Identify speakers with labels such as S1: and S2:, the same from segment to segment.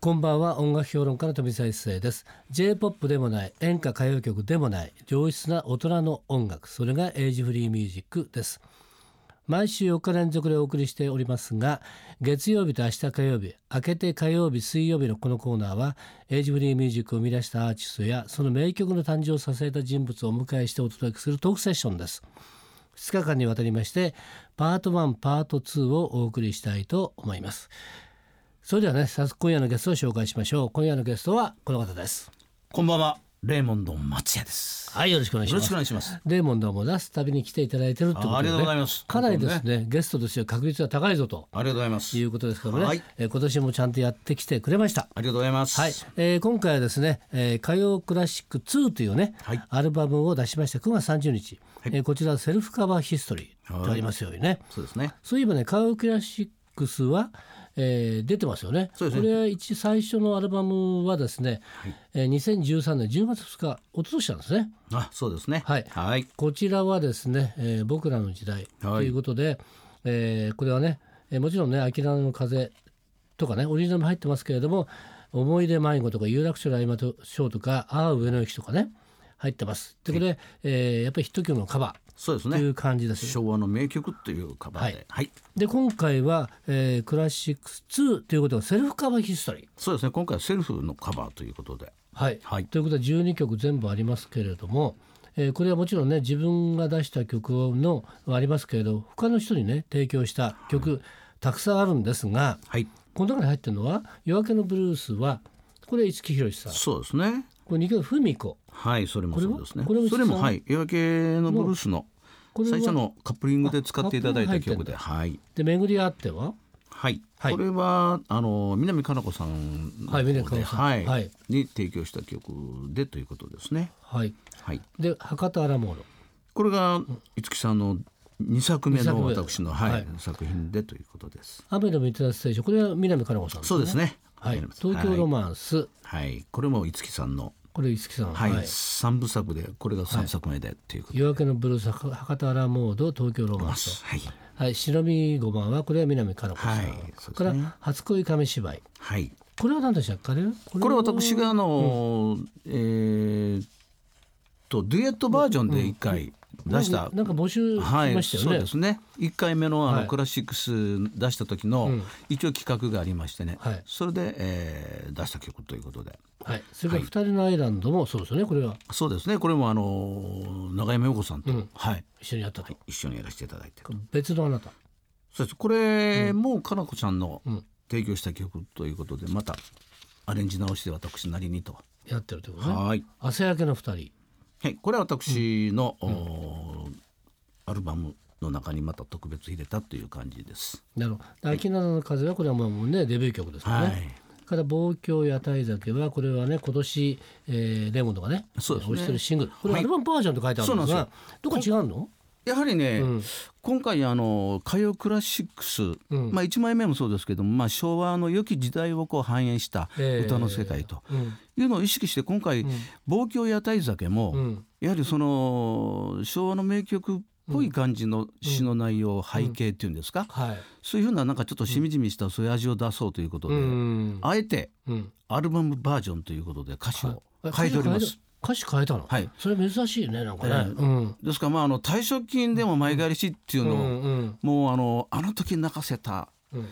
S1: こんばんは音楽評論家の富澤一世です J-POP でもない演歌歌謡曲でもない上質な大人の音楽それがエイジフリーミュージックです毎週4日連続でお送りしておりますが月曜日と明日火曜日明けて火曜日水曜日のこのコーナーはエイジフリーミュージックを生み出したアーティストやその名曲の誕生を支えた人物をお迎えしてお届けするトークセッションです2日間にわたりましてパート1パート2をお送りしたいと思いますそれではね早速今夜のゲストを紹介しましょう今夜のゲストはこの方です
S2: こんばんは、レーモンド松也です。
S1: はいよろしくお願いしま
S2: よろ
S1: す
S2: しくお願いします。
S1: レーモンドも出す旅に来ていただいてるってことで、ね、
S2: あありがとうございます
S1: かなりですねゲストとしては確率が高いぞと
S2: ありがとうございます。あ
S1: い
S2: り
S1: うことですけどもね、
S2: はい
S1: えー今年もちゃんとやってきてくれました
S2: がとうございます。
S1: はい、えー今回はですね、えー歌謡クラシック2というね、
S2: はい
S1: アルバムを出しました9月30日、えーこちらセルフカバーヒストリーとありますようにね、
S2: そうですね。
S1: そういえばね歌謡クラシックスは、えー出てますよね
S2: そうです
S1: こ
S2: ね
S1: れは一最初のアルバムはですね、えー2013年10月2日一昨年なんですね
S2: あ、そうですね。
S1: はい
S2: はい。
S1: こちらはですね、えー僕らの時代
S2: はい
S1: ということで、えーこれはね、えーもちろんね「あきらの風」とかねオリジナルも入ってますけれども「思い出迷子」とか「有楽町の合間とショー」とか「ああ上野駅」とかね入ってます。ということで、えーやっぱりヒット曲のカバ
S2: そうです
S1: ーとい
S2: ね
S1: う。感じですよ
S2: 昭和の名曲というカバーで。はい。
S1: で今回は、えークラシックス2ということはセルフカバーヒストリー。
S2: そうですね。今回はセルフのカバーということで。
S1: はい、
S2: はい
S1: ということは12曲全部ありますけれども、えーこれはもちろんね自分が出した曲のはありますけれど他の人にね提供した曲、たくさんあるんですが
S2: はい。
S1: この中に入ってるのは「夜明けのブルースは」これ五木ひろしさん
S2: そうですね。
S1: これ2曲ふみこ
S2: はい、それも
S1: これは
S2: そうですね。
S1: これは
S2: それ
S1: さ
S2: も
S1: ん
S2: はい、夜明けのブルースの
S1: これは
S2: 最初のカップリングで使っていただい
S1: あカッ
S2: た
S1: プリング
S2: 曲で、はい。
S1: で「巡り合っては」
S2: はい、
S1: はい
S2: これはあの南加奈子さんの
S1: はい
S2: 方で
S1: 南加奈子さん
S2: はい
S1: はい
S2: に提供した曲でということですね。
S1: はい、
S2: はい、
S1: で「博多アラモード
S2: これが五木さんの2作目
S1: 二作
S2: の
S1: 目
S2: 私の、はい
S1: はい
S2: 作品でということです。」
S1: 「雨のミッドナイトステーション」これは南加奈子さん
S2: そうですね。
S1: はい
S2: わかりま
S1: 「
S2: す
S1: 東京ロマンス」
S2: はい、はいこれも五木さんの、
S1: これ五木さん
S2: はい三部作でこれが三作目でということで
S1: 夜明けのブルース博多アラモード東京ロマン
S2: す
S1: ス。
S2: はい
S1: はい、白身五番はこれは南加奈子さん、
S2: はいそうですね
S1: から初恋紙芝居
S2: はい。
S1: これは何でしたっけあれこ
S2: これ私があの、えーっとデュエットバージョンで一回出した。
S1: なんか募集し
S2: はい、
S1: ましたよ
S2: そ
S1: ね、
S2: うですね1回目のあの、
S1: はい
S2: クラシックス出した時の、一応企画がありましてね、
S1: はい
S2: それで、えー出した曲ということで
S1: はい、それから二人のアイランドもそうですよねこれは
S2: そうですねこれもあの永山洋子さんと、はい、
S1: 一緒にやったと、
S2: 一緒にやらせていただいて
S1: 別のあなた
S2: そうですこれもかなこちゃんの提供した曲ということでまたアレンジ直して私なりにと、
S1: やってるってことね
S2: はい、
S1: 朝焼けの二人
S2: はい、これは私の、おーアルバムの中にまた特別入れたという感じです。
S1: なるほど秋菜の風はこれはもうねデビュー曲ですよね、
S2: はい
S1: から「望郷屋台酒」はこれはね今年、えーレモンとかね
S2: そうですね
S1: 推してるシングルこれ
S2: は
S1: ア
S2: い
S1: ルバムバージョンと書いてあるんです
S2: そうな
S1: が、
S2: んで
S1: どこ違うの
S2: やはりね、今回あの歌謡クラシックス、まあ1枚目もそうですけども、まあ、昭和の良き時代をこう反映した
S1: ええ
S2: 歌の世界と
S1: うん
S2: いうのを意識して今回「望郷屋台酒も」
S1: うん
S2: やはりその昭和の名曲っぽい感じの詩の内容、背景っていうんですか、
S1: はい
S2: そういうふうななんかちょっとしみじみしたそういう味を出そうということで、
S1: うん
S2: あえて
S1: うん
S2: アルバムバージョンということで歌詞を変えております。
S1: 歌詞変えたの、
S2: はい
S1: それ珍しいねなんかね、
S2: ええ
S1: うん
S2: ですからまああの退職金でも前借りしっていう
S1: う
S2: のを、
S1: んうん
S2: もうあのあの時泣かせた
S1: うん
S2: っ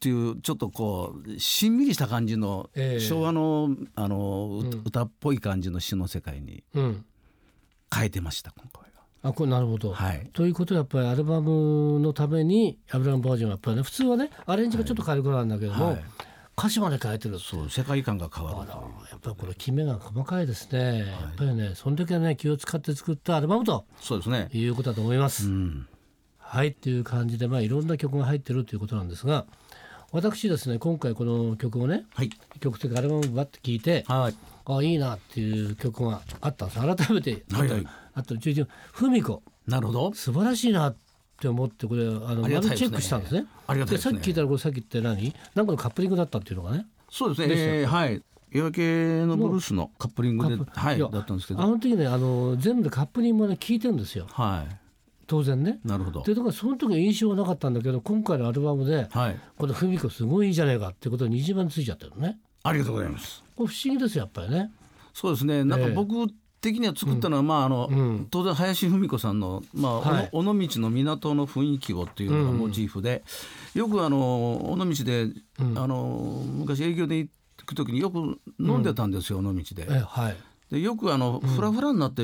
S2: ていうちょっとこうしんみりした感じの
S1: ええ
S2: 昭和のあのう歌っぽい感じの詩の世界に
S1: うん
S2: 変えてました今回は。
S1: あこれなるほど、
S2: はい
S1: ということはやっぱりアルバムのためにアルバムバージョンはやっぱりね普通はねアレンジがちょっと軽くなるんだけども、
S2: はい
S1: 歌詞まで変えてる
S2: そう世界観が変わると
S1: やっぱりこれキメが細かいですね、やっぱりねその時はね気を使って作ったアルバムと
S2: そうですね。
S1: いうことだと思います、
S2: うん、
S1: はいっていう感じでまあいろんな曲が入ってるということなんですが私ですね今回この曲をね
S2: はい
S1: 曲というかアルバムをバッて聞いて、
S2: はい
S1: あいいなっていう曲があったんです改めて
S2: はいはい
S1: あと11分「ふみこ
S2: なるほど。
S1: 素晴らしいな」って思ってこれあの
S2: ありがたいです
S1: 丸チ
S2: ね
S1: ェックしたんですね。
S2: ありがたいですね
S1: さっき聞いたらこれさっきって何なんかのカップリングだったっていうのがね。
S2: そうですね。えーはい夜明けのブルースのカップリングではい
S1: や
S2: だったんですけ
S1: あ
S2: ど
S1: の時ねあの全部でカップリングもね聞いてるんですよ
S2: はい。
S1: 当然ね。
S2: なるほど
S1: で。だからその時は印象はなかったんだけど今回のアルバムで
S2: はい。
S1: この「ふみこすごいいいじゃないか」ってことに一番ついちゃってるのね。
S2: ありがとうございます
S1: これ不思議ですよやっぱりね
S2: そうですねなんか僕的には作ったのは、まああの
S1: うん
S2: 当然林芙美子さんの、まあ
S1: はい
S2: おの尾道の港の雰囲気をっていうのがモチーフで、よくあの尾道で、あの昔営業で行く時によく飲んでたんですよ、尾道で
S1: え。はい
S2: でよくあのフラフラになって、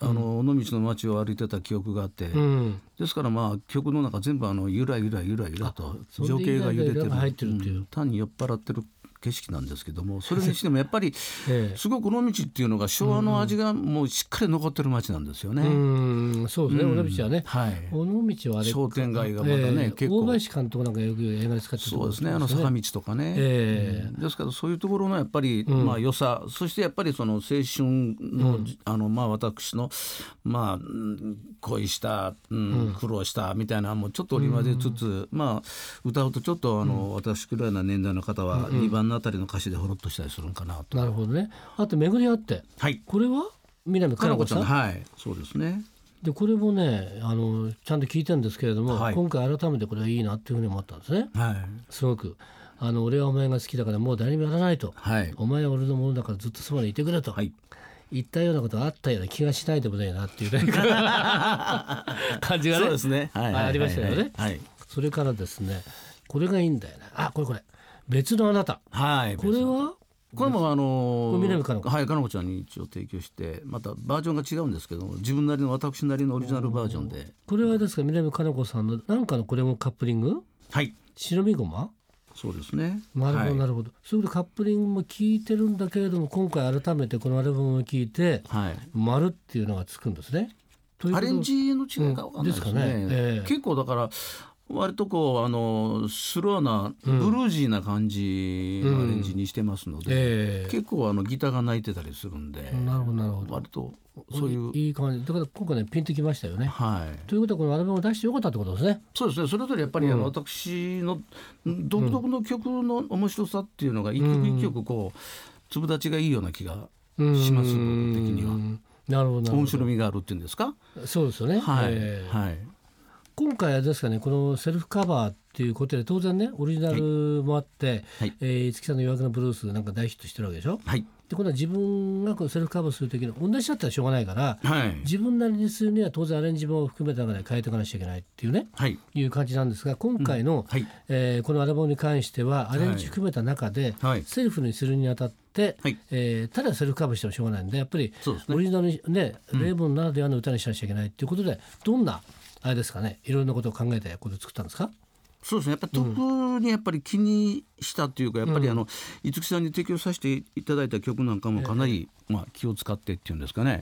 S2: あの尾道の街を歩いてた記憶があって、
S1: うん
S2: ですからまあ曲の中全部あのゆらゆらゆらゆらと
S1: れで
S2: 情景が揺れ
S1: ゆらゆ
S2: て
S1: ら
S2: る
S1: が入ってるっていう
S2: うん単に酔っ払ってる景色なんですけどもそれにしてもや っぱり
S1: え
S2: すごく尾道っていうのが昭和の味がもうしっかり残ってる街なんですよね。
S1: えうんそうですね尾道はね
S2: はい、
S1: 尾道はあれ
S2: 商店街がまたね
S1: ええ
S2: 結構
S1: 大林監督なんかよく映画で使ってたとこ
S2: そう
S1: ろ
S2: ですねあの坂道とかね、
S1: え
S2: うんですからそういうところのやっぱり、まあ良さそしてやっぱりその青春の,、あのまあ私のまあうん恋した、うん苦労したみたいなのもちょっと織り交ぜつつ、まあ歌うとちょっとあの、私くらいな年代の方は2番のあたりの歌詞でほろっとしたりするんかなと。
S1: なるほどねあと巡り合って
S2: はい
S1: これは南
S2: か
S1: 加
S2: な
S1: 奈
S2: こ
S1: 子
S2: ちゃん
S1: さん
S2: はいそうですね。
S1: でこれもねあのちゃんと聞いてるんですけれども、
S2: はい
S1: 今回改めてこれはいいなっていうふうに思ったんですね
S2: はい
S1: すごくあの俺はお前が好きだからもう誰にもやらないと、
S2: はい
S1: お前は俺のものだからずっとそばにいてくれと、
S2: はい
S1: 言ったようなことがあったような気がしないでもねえなっていう ね感じがね
S2: そうですね。はい
S1: あありましたよね
S2: はい
S1: それからですねこれがいいんだよねあこれこれ別のあなた
S2: はい。
S1: これは
S2: これもあの
S1: こ
S2: ー
S1: れ南かの子
S2: はいかのこちゃんに一応提供してまたバージョンが違うんですけども自分なりの私なりのオリジナルバージョンで
S1: これはですか南加奈子さんのなんかのこれもカップリング
S2: はい
S1: 白身ごま
S2: そうですね
S1: なるほど
S2: は
S1: なるほど、そういうことカップリングも聞いてるんだけれども今回改めてこのアルバムを聞いて
S2: い、はい
S1: 「丸っていうのがつくんですね。という
S2: ア
S1: こと
S2: レンジの違いが分かんないです
S1: う
S2: ね,、
S1: んですかねええ
S2: 結構だから割とこうあのスローなブルージーな感じのアレンジにしてますので、
S1: ええ
S2: 結構あのギターが鳴いてたりするんで、
S1: なるほどなるほど
S2: 割とそういう、
S1: いい感じだから今回ねピンときましたよね。
S2: はい
S1: ということはこのアルバムを出してよかったってことですね。
S2: そうですねそれぞれやっぱりあの私の独特の曲の面白さっていうのが一曲一曲こう粒立ちがいいような気がします僕的には
S1: うんなるほどなるほ
S2: 面白みがあるっていうんですか
S1: どそうですよね。
S2: はい、
S1: ええ
S2: はい
S1: 今回はですかねこのセルフカバーっていうことで当然ねオリジナルもあって、
S2: はい
S1: えー五木さんの「夜明けのブルース」なんか大ヒットしてるわけでしょ。
S2: はい
S1: で今度は自分がこのセルフカバーする時の同じだったらしょうがないから
S2: はい
S1: 自分なりにするには当然アレンジも含めた中で変えていかなきゃいけないっていうね
S2: はい
S1: いう感じなんですが今回の、
S2: はい
S1: えーこのアルバムに関してはアレンジ含めた中で、
S2: はい
S1: セルフにするにあたって、
S2: はい
S1: えーただセルフカバーしてもしょうがないんでやっぱり
S2: そうですね
S1: オリジナルにねレイボンならではの歌にしなきゃいけないっていうことでどんなあれですかねいろんなことを考えてこれ作ったんですか
S2: そうですねやっぱり特にやっぱり気にしたっていうか、やっぱりあの五木さんに提供させていただいた曲なんかもかなり、まあ、気を使ってっていうんですかね、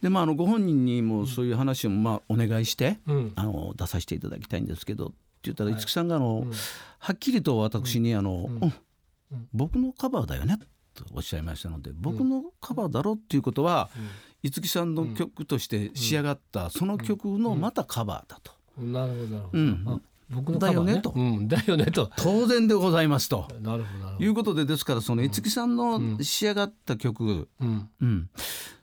S2: でまあ、あのご本人にもそういう話をまあお願いして、
S1: うん
S2: あの出させていただきたいんですけどって言ったら五木さんがあの、はっきりと私にあの、うん僕のカバーだよね」とおっしゃいましたので僕のカバーだろっていうことは、五木さんの曲として仕上がったその曲のまたカバーだと。
S1: なるほどなるほ
S2: う
S1: ど、
S2: ん
S1: あ僕のカバー
S2: だよねと
S1: うん、だよねと
S2: 当然でございますと
S1: なるほどなるほ
S2: い
S1: ど
S2: うことでですからその五木さんの仕上がった曲、
S1: うん
S2: うん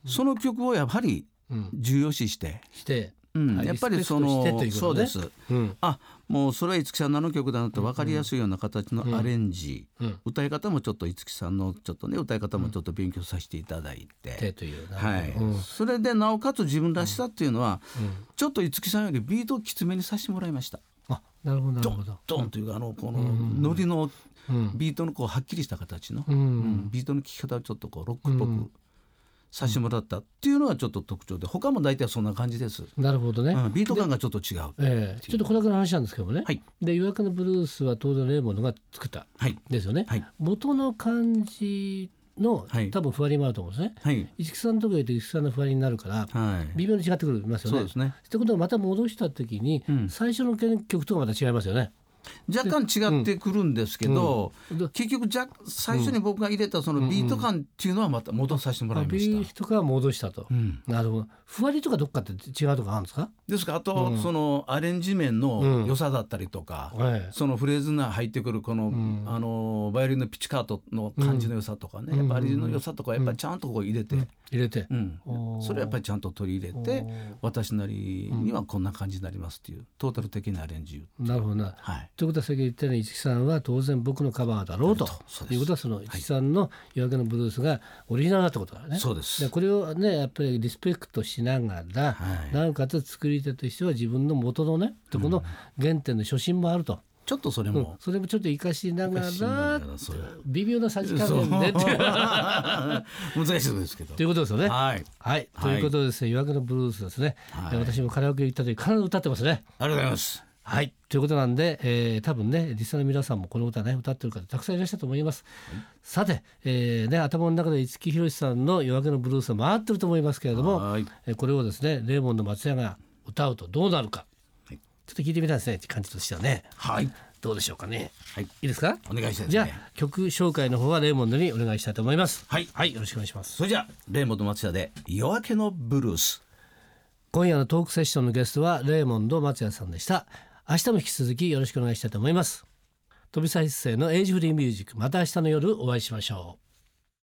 S2: その曲をやはり
S1: うん
S2: 重要視して、
S1: して
S2: うん
S1: はい
S2: やっぱりそ
S1: リス
S2: の
S1: ペクトしてとい
S2: そうう
S1: ことね
S2: で
S1: う
S2: す
S1: ん
S2: あもうそれは五木さんのあの曲だなと分かりやすいような形のアレンジ、
S1: うん
S2: 歌い方もちょっと五木さんのちょっとね歌い方もちょっと勉強させていただいて、
S1: 手というなるほど
S2: はい
S1: うん
S2: それでなおかつ自分らしさっていうのは、ちょっと五木さんよりビートをきつめにさせてもらいました。
S1: あなるほどなるほど
S2: ドンというかあのこのノリの
S1: うん
S2: ビートのこうはっきりした形の、
S1: うん
S2: うんビートの聴き方をちょっとこうロックっぽくさせてもらったっていうのがちょっと特徴で他も大体そんな感じです、
S1: なるほどね、
S2: うんビート感がちょっと違う
S1: ええちょっとこれからの話なんですけどもね、
S2: はい
S1: で夜明けのブルースは当然レイモンドが作った
S2: はい
S1: ですよね、
S2: はい
S1: 元の感じの、
S2: はい
S1: 多分ふわりもあると思うんですね
S2: はい
S1: 一木さんのところで五木さんのふわりになるから
S2: はい
S1: 微妙に違ってくるますよね
S2: そうですね
S1: ってことはまた戻した時に、
S2: ん
S1: 最初の原曲とはまた違いますよね
S2: 若干違ってくるんですけど、
S1: うんうん
S2: 結局じゃ最初に僕が入れたそのビート感っていうのはまた戻させてもらいました、
S1: ビーフとかは戻したと、
S2: ん
S1: なるほどふわりとかどっかって違うとかあるんですか
S2: ですからあとそのアレンジ面の良さだったりとか、
S1: ええ
S2: そのフレーズが入ってくるこの,、あのバイオリンのピチカートの感じの良さとかね、やっぱりの良さとかやっぱりちゃんとこう入れて、
S1: 入れて、
S2: うん
S1: おー
S2: それやっぱりちゃんと取り入れて私なりにはこんな感じになりますっていうトータル的なアレンジ
S1: なるほどな
S2: はい
S1: ということは先ほど言ったように五木さんは当然僕のカバーだろうと
S2: そうです
S1: いうことはその五木さんの「夜明けのブルース」がオリジナルだってことだね。
S2: そうです
S1: でこれをねやっぱりリスペクトしながら、
S2: はい
S1: なおかつ作り手としては自分の元のねとこの原点の初心もあると、
S2: ちょっとそれ
S1: うん
S2: も、
S1: それもちょっと生かしなが
S2: しな
S1: ら
S2: がらそう
S1: 微妙なさじ加
S2: そう
S1: 減でっていう
S2: 難しいですけ ど
S1: ということですよね。
S2: はい
S1: はい、ということでですね「夜明けのブルース」ですね、
S2: はい
S1: で私もカラオケ行った時必ず歌ってますね。
S2: ありがとうございます
S1: はいということなんで、えー多分ね実際の皆さんもこの歌ね歌ってる方たくさんいらっしゃると思います、さて、えーね、頭の中で五木ひろしさんの「夜明けのブルース」は回ってると思いますけれども、
S2: はい
S1: えーこれをですねレーモンの松山が歌うとどうなるか、
S2: はい
S1: ちょっと聞いてみたいですね感じとしてはね
S2: はい
S1: どうでしょうかね
S2: はい
S1: いいですか
S2: お願いしたいですね
S1: じゃあ曲紹介の方はレーモンドにお願いしたいと思います
S2: はい
S1: はい、よろしくお願いします
S2: それじゃあレイモンと松下で夜明けのブルース
S1: 今夜のトークセッションのゲストはレーモンド松也さんでした明日も引き続きよろしくお願いしたいと思います飛び再生のエイジフリーミュージックまた明日の夜お会いしましょう